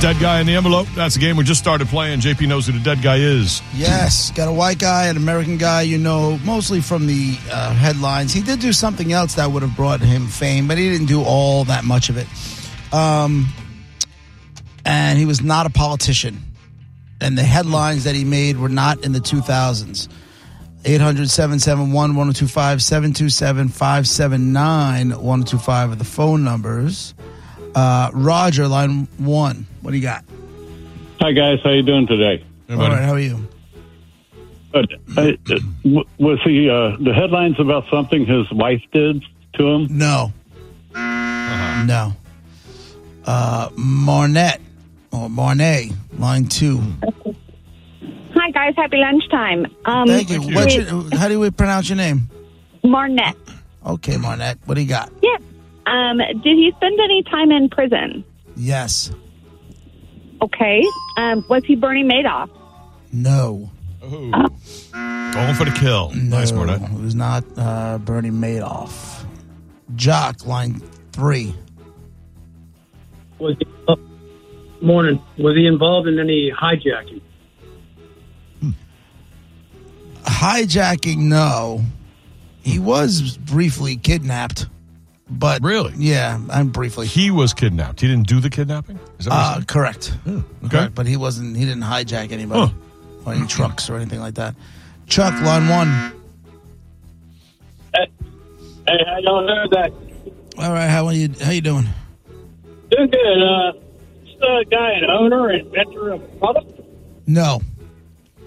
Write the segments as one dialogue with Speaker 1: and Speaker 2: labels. Speaker 1: Dead guy in the envelope. That's a game we just started playing. JP knows who the dead guy is.
Speaker 2: Yes, got a white guy, an American guy, you know, mostly from the uh, headlines. He did do something else that would have brought him fame, but he didn't do all that much of it. Um, and he was not a politician. And the headlines that he made were not in the 2000s. 800 771 1025 727 579 1025 are the phone numbers. Uh, Roger, line one. What do you got?
Speaker 3: Hi guys, how you doing today?
Speaker 2: All right, how are you?
Speaker 3: But I, w- was he uh, the headlines about something his wife did to him?
Speaker 2: No.
Speaker 1: Uh-huh.
Speaker 2: No. Uh, Marnette or Marnay, line two.
Speaker 4: Hi guys, happy lunchtime. Um,
Speaker 2: Thank you. What's your, how do we pronounce your name?
Speaker 4: Marnette.
Speaker 2: Okay, Marnette. What do you got?
Speaker 4: Yeah. Um, did he spend any time in prison?
Speaker 2: Yes.
Speaker 4: Okay. Um, was he Bernie Madoff?
Speaker 2: No.
Speaker 1: Going for the kill. Nice,
Speaker 2: no.
Speaker 1: Mordecai.
Speaker 2: It was not uh, Bernie Madoff. Jock, line three.
Speaker 5: Was he, oh, morning. Was he involved in any hijacking?
Speaker 2: Hijacking, no. He was briefly kidnapped, but.
Speaker 1: Really?
Speaker 2: Yeah, I'm briefly.
Speaker 1: He was kidnapped. He didn't do the kidnapping? Is that what
Speaker 2: Uh,
Speaker 1: you said? Oh,
Speaker 2: correct.
Speaker 1: okay. Oh.
Speaker 2: But he wasn't. He didn't hijack anybody
Speaker 1: Huh.
Speaker 2: or any trucks or anything like that. Chuck, line one.
Speaker 5: Hey, I don't know that.
Speaker 2: All right, how are you? How you doing?
Speaker 5: Doing good. Uh, just a guy, an owner, inventor of a product.
Speaker 2: No,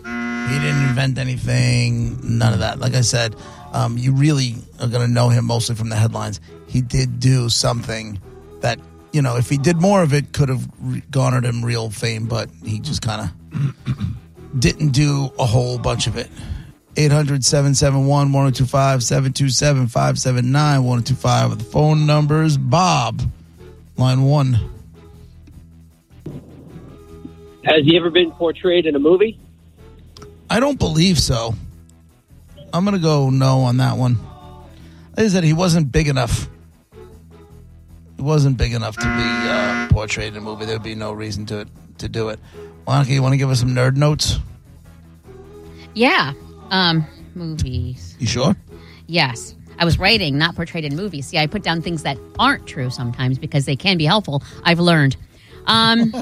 Speaker 2: he didn't invent anything. None of that. Like I said, um, you really are going to know him mostly from the headlines. He did do something that you know, if he did more of it, could have re- garnered him real fame. But he just kind of didn't do a whole bunch of it. 800 771 1025 727 579 1025 are the phone numbers. Bob, line one.
Speaker 5: Has he ever been portrayed in a movie?
Speaker 2: I don't believe so. I'm going to go no on that one. Like I said, he wasn't big enough. He wasn't big enough to be uh, portrayed in a movie. There'd be no reason to, to do it. Monica, you want to give us some nerd notes?
Speaker 6: Yeah. Um, movies.
Speaker 2: You sure?
Speaker 6: Yes. I was writing, not portrayed in movies. See, I put down things that aren't true sometimes because they can be helpful. I've learned. Um,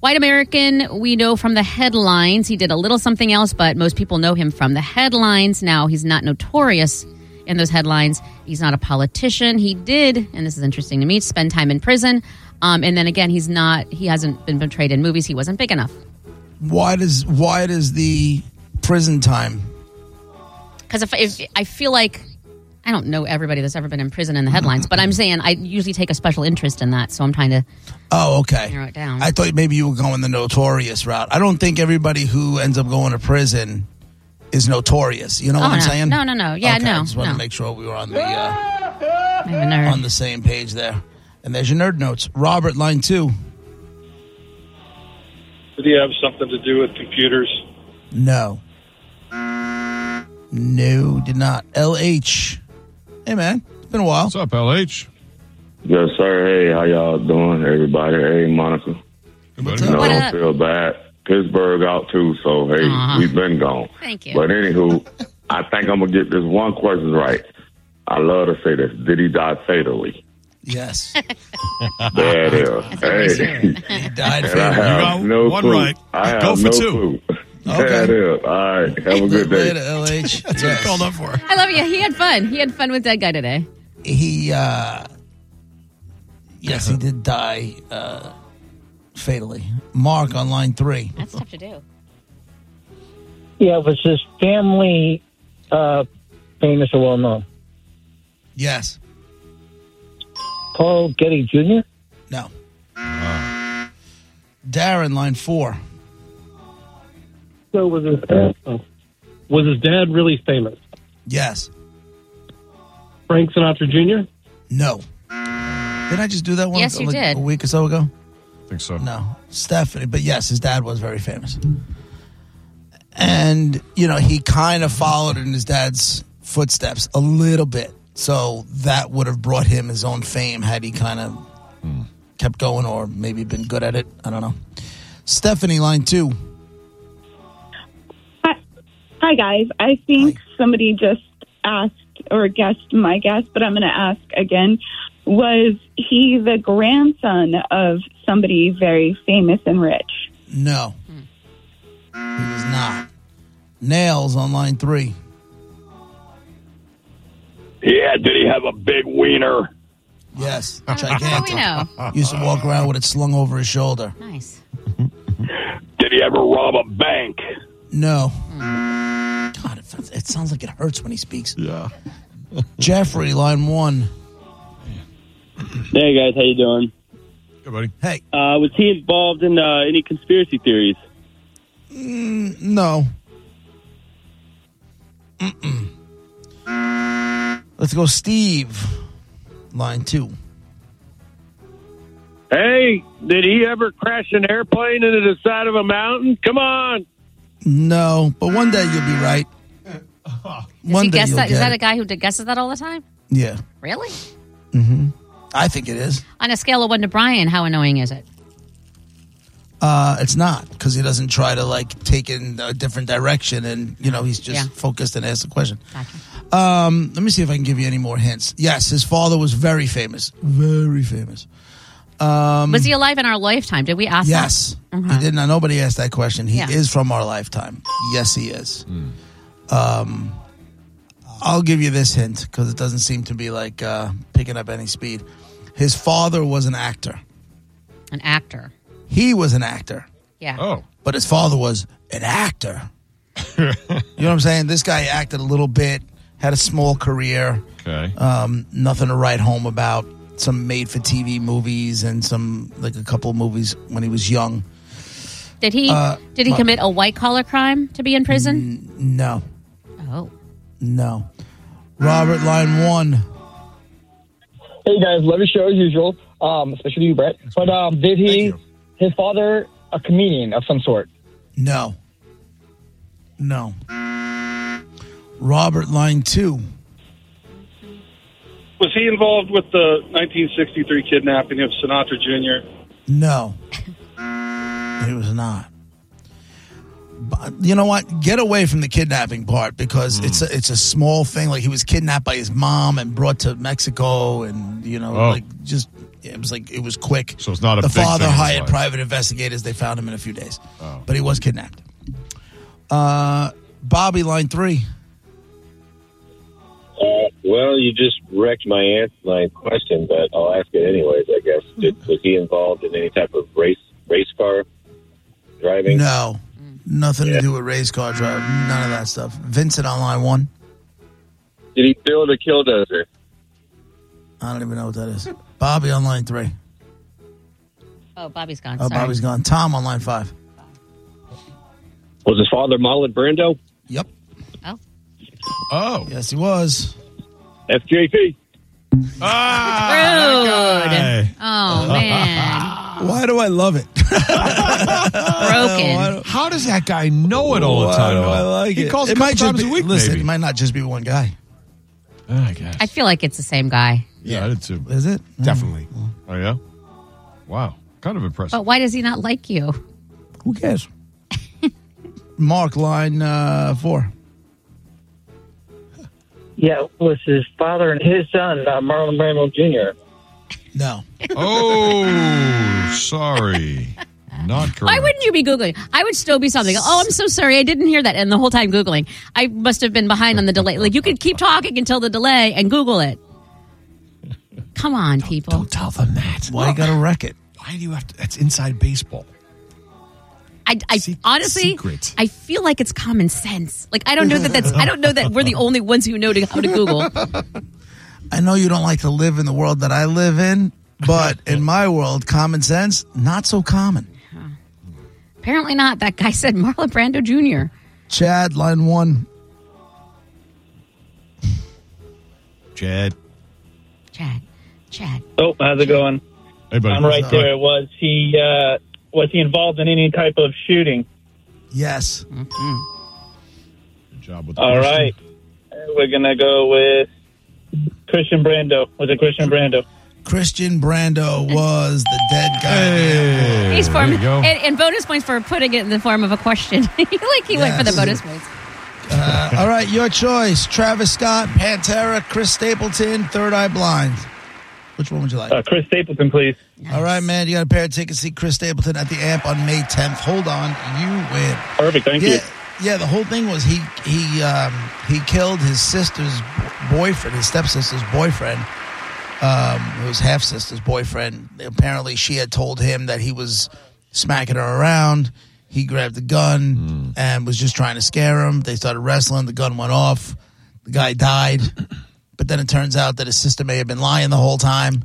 Speaker 6: White American, we know from the headlines. He did a little something else, but most people know him from the headlines. Now, he's not notorious in those headlines. He's not a politician. He did, and this is interesting to me, spend time in prison. Um, and then again, he's not, he hasn't been portrayed in movies. He wasn't big enough.
Speaker 2: Why does, why does the prison time
Speaker 6: because if, if I feel like I don't know everybody that's ever been in prison in the headlines, but I'm saying I usually take a special interest in that, so I'm trying to.
Speaker 2: Oh, okay.
Speaker 6: Narrow it down.
Speaker 2: I thought maybe you were going the notorious route. I don't think everybody who ends up going to prison is notorious. You know
Speaker 6: Oh,
Speaker 2: what I'm
Speaker 6: no.
Speaker 2: saying?
Speaker 6: No, no, no. Yeah,
Speaker 2: okay,
Speaker 6: no,
Speaker 2: I just wanted
Speaker 6: no.
Speaker 2: to make sure we were on the uh,
Speaker 6: I'm a nerd.
Speaker 2: on the same page there. And there's your nerd notes. Robert, line two.
Speaker 7: Did he have something to do with computers?
Speaker 2: No. No, did not. LH. Hey, man. It's been a while.
Speaker 1: What's up, LH?
Speaker 8: Yes, sir. Hey, how y'all doing, everybody? Hey, Monica.
Speaker 1: Good buddy.
Speaker 8: You know, I
Speaker 6: What
Speaker 8: don't
Speaker 6: up?
Speaker 8: feel bad. Pittsburgh out too, so hey,
Speaker 6: Aw.
Speaker 8: we've been gone.
Speaker 6: Thank you.
Speaker 8: But anywho, I think I'm gonna get this one question right. I love to say this. Did he die fatally?
Speaker 2: Yes.
Speaker 8: There it is.
Speaker 6: always
Speaker 8: Hey.
Speaker 2: He died
Speaker 8: And I
Speaker 2: fatally.
Speaker 8: have
Speaker 1: got
Speaker 8: no
Speaker 1: one
Speaker 8: clue.
Speaker 1: right.
Speaker 8: I have
Speaker 1: Go for
Speaker 8: no
Speaker 1: two.
Speaker 8: clue.
Speaker 2: Okay.
Speaker 8: There it is. All right. Have a good day.
Speaker 2: Later, LH.
Speaker 1: That's
Speaker 2: That's
Speaker 1: what I called up for.
Speaker 6: I love you. He had fun. He had fun with Dead Guy today.
Speaker 2: he uh yes he did die uh fatally mark on line three
Speaker 6: That's tough to do.
Speaker 9: Yeah, was his family uh, famous or well known?
Speaker 2: yes
Speaker 9: Paul Getty Jr.
Speaker 2: no darren line four
Speaker 5: So was his dad. Oh. Was his dad really famous?
Speaker 2: yes
Speaker 5: Frank Sinatra Jr.
Speaker 2: no did i just do that one
Speaker 6: Yes, you
Speaker 2: like,
Speaker 6: did.
Speaker 2: a week or so ago
Speaker 1: I think so.
Speaker 2: no stephanie but yes his dad was very famous and you know he kind of followed in his dad's footsteps a little bit so that would have brought him his own fame had he kind of kept going or maybe been good at it. I don't know. Stephanie, line two.
Speaker 10: Hi, hi guys. I think somebody just asked or guessed my guess, but I'm going to ask again. Was he the grandson of somebody very famous and rich?
Speaker 2: No. He was not. Nails on line three.
Speaker 11: Yeah, did he have a big wiener?
Speaker 2: Yes.
Speaker 6: Gigantic.
Speaker 2: Used to walk around with it slung over his shoulder.
Speaker 6: Nice.
Speaker 11: Did he ever rob a bank?
Speaker 2: No.
Speaker 6: Hmm.
Speaker 2: God, it, sounds- it sounds like it hurts when he speaks. Yeah. Jeffrey, line one.
Speaker 12: Hey guys, how you doing?
Speaker 1: Good buddy.
Speaker 2: Hey,
Speaker 12: uh, was he involved in uh, any conspiracy theories?
Speaker 2: Mm, no. Mm-mm. Let's go, Steve. Line two.
Speaker 7: Hey, did he ever crash an airplane into the side of a mountain? Come on.
Speaker 2: No, but one day you'll be right.
Speaker 6: Does
Speaker 2: One
Speaker 6: he
Speaker 2: day
Speaker 6: guess
Speaker 2: you'll
Speaker 6: that?
Speaker 2: get
Speaker 6: Is that
Speaker 2: it.
Speaker 6: a guy who d- guesses that all the time?
Speaker 2: Yeah.
Speaker 6: Really?
Speaker 2: Mm-hmm. I think it is.
Speaker 6: On a scale of one to Brian, how annoying is it?
Speaker 2: Uh, it's not because he doesn't try to like take it in a different direction, and you know he's just focused and asks the question. Um, let me see if I can give you any more hints. Yes, his father was very famous, very famous. Um,
Speaker 6: was he alive in our lifetime? Did we ask? that?
Speaker 2: Yes, he did not. Nobody asked that question. He
Speaker 6: Yeah.
Speaker 2: is from our lifetime. Yes, he is. Um, I'll give you this hint because it doesn't seem to be like uh, picking up any speed. His father was an actor.
Speaker 6: An actor.
Speaker 2: He was an actor.
Speaker 6: Yeah.
Speaker 1: Oh,
Speaker 2: But his father was an actor. you know what I'm saying? This guy acted a little bit, had a small career.
Speaker 1: Okay.
Speaker 2: Um, nothing to write home about. Some made for TV movies and some, like a couple movies when he was young.
Speaker 6: Did he?
Speaker 2: Uh,
Speaker 6: did he
Speaker 2: my-
Speaker 6: commit a white collar crime to be in prison?
Speaker 2: No, Mm.
Speaker 6: Oh,
Speaker 2: no. Robert, line one.
Speaker 13: Hey guys, love your show as usual, um, especially you, Brett. But um, did he, his father, a comedian of some sort?
Speaker 2: No. No. Robert, line two.
Speaker 7: Was he involved with the 1963 kidnapping of Sinatra Jr.?
Speaker 2: No. It was not. But you know what? Get away from the kidnapping part because it's a, it's a small thing. Like he was kidnapped by his mom and brought to Mexico, and you know,
Speaker 1: Oh.
Speaker 2: like just it was like it was quick. So
Speaker 1: it's not a
Speaker 2: the
Speaker 1: big Oh. thing
Speaker 2: father
Speaker 1: in his
Speaker 2: hired
Speaker 1: life.
Speaker 2: private investigators. They found him in a few days, but he was kidnapped. Uh, Bobby, line three.
Speaker 14: Uh, Well, you just wrecked my answer, my question, but I'll ask it anyways. I guess Did, was he involved in any type of race race car driving?
Speaker 2: No, nothing to do with race car drive. None of that stuff. Vincent on line one.
Speaker 14: Did he build a killdozer?
Speaker 2: I don't even know what that is. Bobby on line three.
Speaker 6: oh, Bobby's gone.
Speaker 2: Oh,
Speaker 6: Sorry.
Speaker 2: Bobby's gone. Tom on line five.
Speaker 12: Was his father Marlon Brando?
Speaker 2: Yep.
Speaker 6: Oh.
Speaker 1: Oh.
Speaker 2: Yes, he was.
Speaker 12: FJP.
Speaker 6: Rude. Oh man.
Speaker 2: Why do I love it?
Speaker 6: Broken.
Speaker 1: How does that guy know it all the time?
Speaker 2: Why do
Speaker 1: though?
Speaker 2: I like
Speaker 1: he
Speaker 2: it?
Speaker 1: calls
Speaker 2: It
Speaker 1: a
Speaker 2: might
Speaker 1: couple
Speaker 2: just
Speaker 1: times
Speaker 2: be-
Speaker 1: a week.
Speaker 2: listen,
Speaker 1: maybe. Ah,
Speaker 2: it might not just be one guy.
Speaker 1: I guess.
Speaker 6: I feel like it's the same guy.
Speaker 1: Yeah, I did too.
Speaker 2: Is it?
Speaker 1: Definitely. Oh yeah. Wow. Kind of impressive.
Speaker 6: But why does he not like you?
Speaker 2: Who cares? Mark, line uh, four.
Speaker 9: Yeah, was his father and his son, uh, Marlon Brando Jr.
Speaker 2: No.
Speaker 1: Oh, sorry. Not correct.
Speaker 6: Why wouldn't you be Googling? I would still be something. Oh, I'm so sorry. I didn't hear that. And the whole time Googling, I must have been behind on the delay. Like, you could keep talking until the delay and Google it. Come on, people. Don't
Speaker 1: tell them that.
Speaker 2: Why you gotta wreck it?
Speaker 1: Why do you have to? That's inside baseball.
Speaker 6: I, I honestly,
Speaker 1: secret.
Speaker 6: I feel like it's common sense. Like, I don't know that that's, I don't know that we're the only ones who know to, how to Google.
Speaker 2: I know you don't like to live in the world that I live in, but in my world, common sense, not so common.
Speaker 6: Apparently not. That guy said Marlon Brando Jr.
Speaker 2: Chad, line one.
Speaker 1: Chad.
Speaker 6: Chad, Chad.
Speaker 5: Oh, how's it going?
Speaker 1: Hey, buddy.
Speaker 5: I'm right there. Was he uh, was he involved in any type of shooting?
Speaker 2: Yes.
Speaker 1: Good job with the
Speaker 5: All
Speaker 1: question.
Speaker 5: right, we're gonna go with Christian Brando. Was it Christian Brando?
Speaker 2: Christian Brando was the dead guy. Hey,
Speaker 6: He's form and, and bonus points for putting it in the form of a question. like he went for the
Speaker 2: Yes.
Speaker 6: bonus points.
Speaker 2: Uh, all right, your choice: Travis Scott, Pantera, Chris Stapleton, Third Eye Blind. Which one would you like?
Speaker 15: Uh, Chris Stapleton, please.
Speaker 2: All right, man, you got a pair of tickets to see Chris Stapleton at the Amp on May 10th. Hold on, you win.
Speaker 15: Perfect. Thank
Speaker 2: yeah,
Speaker 15: you.
Speaker 2: Yeah, the whole thing was he he um, he killed his sister's boyfriend, his stepsister's boyfriend. Um, it was half sister's boyfriend. Apparently, she had told him that he was smacking her around. He grabbed the gun
Speaker 15: Hmm.
Speaker 2: and was just trying to scare him. They started wrestling. The gun went off. The guy died. But then it turns out that his sister may have been lying the whole time.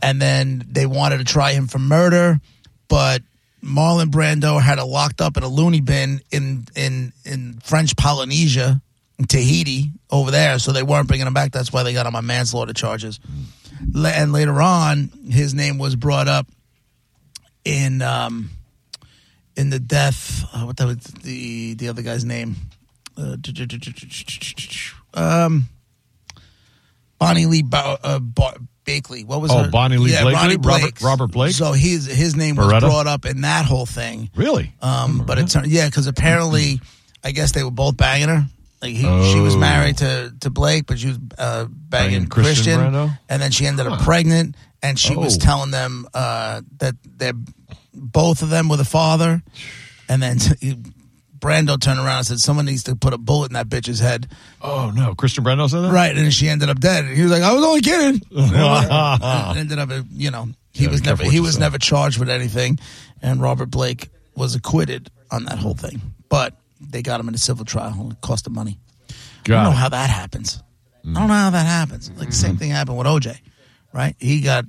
Speaker 2: And then they wanted to try him for murder, but Marlon Brando had it locked up in a loony bin in in in French Polynesia, in Tahiti, over there. So they weren't bringing him back. That's why they got him on manslaughter charges. La- And later on, his name was brought up in um, in the death. Uh, what the was the the other guy's name? Uh, um, Bonnie Lee ba- uh, ba- Bakley. What was
Speaker 1: Oh,
Speaker 2: her-
Speaker 1: Bonnie Lee
Speaker 2: yeah,
Speaker 1: Blakely?
Speaker 2: Bonnie
Speaker 1: Robert- Robert Blake?
Speaker 2: So his his name was
Speaker 1: Beretta?
Speaker 2: brought up in that whole thing.
Speaker 1: Really?
Speaker 2: Um, but it turned yeah, because apparently, I guess they were both banging her. Like he, she was
Speaker 1: Oh.
Speaker 2: married to to Blake, but she was uh, banging
Speaker 1: Banging Christian
Speaker 2: Christian,
Speaker 1: Brando?
Speaker 2: and then she ended up
Speaker 1: Huh.
Speaker 2: pregnant, and she was
Speaker 1: Oh.
Speaker 2: telling them uh, that they both of them were the father, and then. he- Brando turned around and said, "Someone needs to put a bullet in that bitch's head."
Speaker 1: Oh no, Christian Brando said that.
Speaker 2: Right, and she ended up dead. And he was like, "I was only kidding." And ended up, you know,
Speaker 1: Uh-huh.
Speaker 2: he
Speaker 1: Yeah,
Speaker 2: was
Speaker 1: be careful
Speaker 2: never
Speaker 1: what
Speaker 2: he
Speaker 1: you
Speaker 2: was
Speaker 1: say.
Speaker 2: never charged with anything, and Robert Blake was acquitted on that whole thing. But they got him in a civil trial. and It cost him money. I
Speaker 1: Got it.
Speaker 2: don't
Speaker 1: Mm-hmm.
Speaker 2: know how that happens. I don't know how that happens. Like same thing happened with OJ, right? He got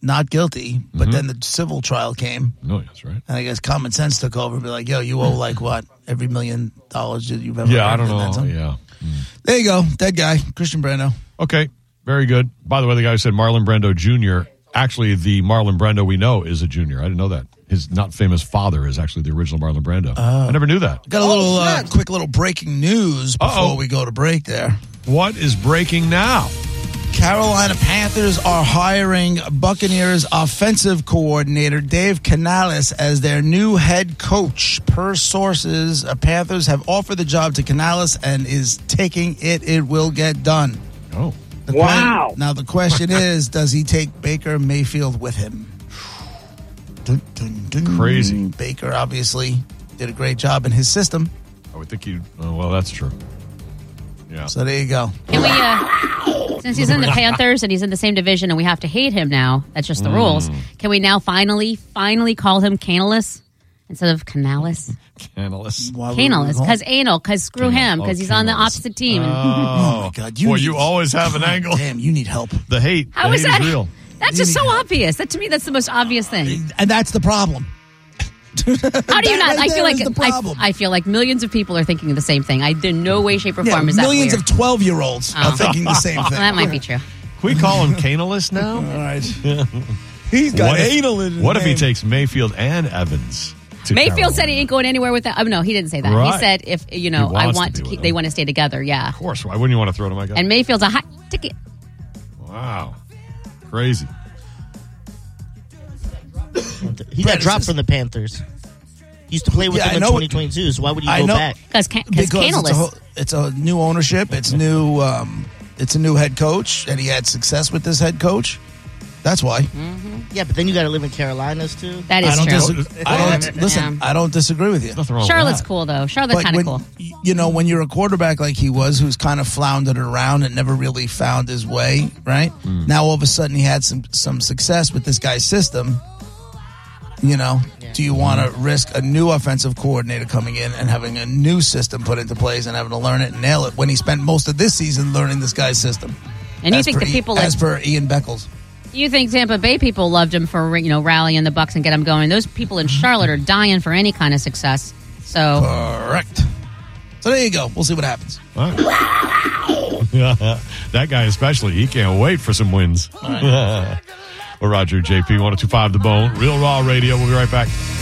Speaker 2: not guilty, but then
Speaker 1: Mm-hmm.
Speaker 2: the civil trial came,
Speaker 1: No, that's right.
Speaker 2: and I guess common sense took over. and Be like, yo, you owe like what every million dollars that you've ever.
Speaker 1: Yeah, I
Speaker 2: earned,"
Speaker 1: don't
Speaker 2: and that's
Speaker 1: know.
Speaker 2: him.
Speaker 1: Yeah.
Speaker 2: There you go, dead guy, Christian Brando.
Speaker 1: Okay. Very good. By the way, the guy who said Marlon Brando Jr. Actually, the Marlon Brando we know is a junior. I didn't know that. His not famous father is actually the original Marlon Brando.
Speaker 2: Oh.
Speaker 1: I never knew that.
Speaker 2: Got a little uh, quick little breaking news before
Speaker 1: Oh, Uh-oh.
Speaker 2: we go to break there.
Speaker 1: What is breaking now?
Speaker 2: Carolina Panthers are hiring Buccaneers offensive coordinator Dave Canales as their new head coach. Per sources, uh, Panthers have offered the job to Canales and is taking it. It will get done.
Speaker 1: Oh.
Speaker 2: wow. now, the question is does he take Baker Mayfield with him? Dun, dun, dun.
Speaker 1: Crazy.
Speaker 2: Baker obviously did a great job in his system.
Speaker 1: I would think you. Oh, well, that's true. Yeah.
Speaker 2: So there you go.
Speaker 6: Can we, uh, since he's in the Panthers and he's in the same division and we have to hate him now, that's
Speaker 2: Mm.
Speaker 6: just the rules. Can we now finally, finally call him Canalis instead of Canalis?
Speaker 1: Analyst.
Speaker 6: Canalis, because anal, because screw him,
Speaker 2: oh,
Speaker 6: because he's on the opposite team. And
Speaker 2: Uh,
Speaker 1: Oh,
Speaker 2: my God. You
Speaker 1: Boy,
Speaker 2: need-
Speaker 1: you always have an angle.
Speaker 2: Damn, you need help.
Speaker 1: The hate.
Speaker 6: How
Speaker 1: the
Speaker 6: is
Speaker 1: hate
Speaker 6: that?
Speaker 1: is real.
Speaker 6: That's just so obvious. That to me, that's the most obvious thing.
Speaker 2: And that's the problem.
Speaker 6: How do you
Speaker 2: That
Speaker 6: not?
Speaker 2: right
Speaker 6: I feel
Speaker 2: there
Speaker 6: like
Speaker 2: is the
Speaker 6: I,
Speaker 2: problem.
Speaker 6: I feel like millions of people are thinking the same thing. I in no way, shape, or
Speaker 2: Yeah,
Speaker 6: form is that
Speaker 2: millions
Speaker 6: weird.
Speaker 2: of 12 year olds
Speaker 6: Oh.
Speaker 2: are thinking the same
Speaker 6: Well,
Speaker 2: thing.
Speaker 6: that might be true.
Speaker 1: Can we call him Canalist now? All
Speaker 2: right. He's got
Speaker 1: what if-
Speaker 2: anal in his
Speaker 1: What if he
Speaker 2: name.
Speaker 1: takes Mayfield and Evans? To
Speaker 6: Mayfield
Speaker 1: Carolina?
Speaker 6: said he ain't going anywhere with that. Oh, no, he didn't say that. He
Speaker 1: Right.
Speaker 6: said if you know,
Speaker 1: He
Speaker 6: I
Speaker 1: wants
Speaker 6: want
Speaker 1: to
Speaker 6: to,
Speaker 1: be
Speaker 6: keep.
Speaker 1: with
Speaker 6: They
Speaker 1: him.
Speaker 6: want to stay together. Yeah.
Speaker 1: Of course. Why wouldn't you want to throw to my guy?
Speaker 6: And Mayfield's a hot ticket.
Speaker 1: wow. Crazy.
Speaker 16: He got dropped from the Panthers. He used to play with
Speaker 2: Yeah, I
Speaker 16: them in
Speaker 2: know-
Speaker 16: 2022, so why would he
Speaker 2: I
Speaker 16: go
Speaker 2: know-
Speaker 16: back?
Speaker 6: Cause,
Speaker 2: it's a, whole- it's a new ownership. It's new. Um, it's a new head coach, and he had success with this head coach. That's why.
Speaker 16: Yeah, but then you got to live in Carolinas too.
Speaker 6: That
Speaker 2: I don't. dis- I don't listen. I don't disagree with you.
Speaker 6: Charlotte's cool though. Charlotte's
Speaker 2: But
Speaker 6: kind of
Speaker 2: when-
Speaker 6: cool.
Speaker 2: You know, when you're a quarterback like he was, who's kind of floundered around and never really found his way, right? Now all of a sudden he had some some success with this guy's system. You know, do you want to risk a new offensive coordinator coming in and having a new system put into place and having to learn it and nail it when he spent most of this season learning this guy's system?
Speaker 6: And you
Speaker 2: As
Speaker 6: think
Speaker 2: per
Speaker 6: the
Speaker 2: I-
Speaker 6: people
Speaker 2: as
Speaker 6: at-
Speaker 2: per Ian Beckles,
Speaker 6: You think Tampa Bay people loved him for you know rallying the Bucks and get them going? Those people in Charlotte are dying for any kind of success. So
Speaker 2: correct. So there you go. We'll see what happens.
Speaker 1: that guy especially, he can't wait for some oh wins. well, Roger, JP, 1025 The Bone, Real Raw Radio. We'll be right back.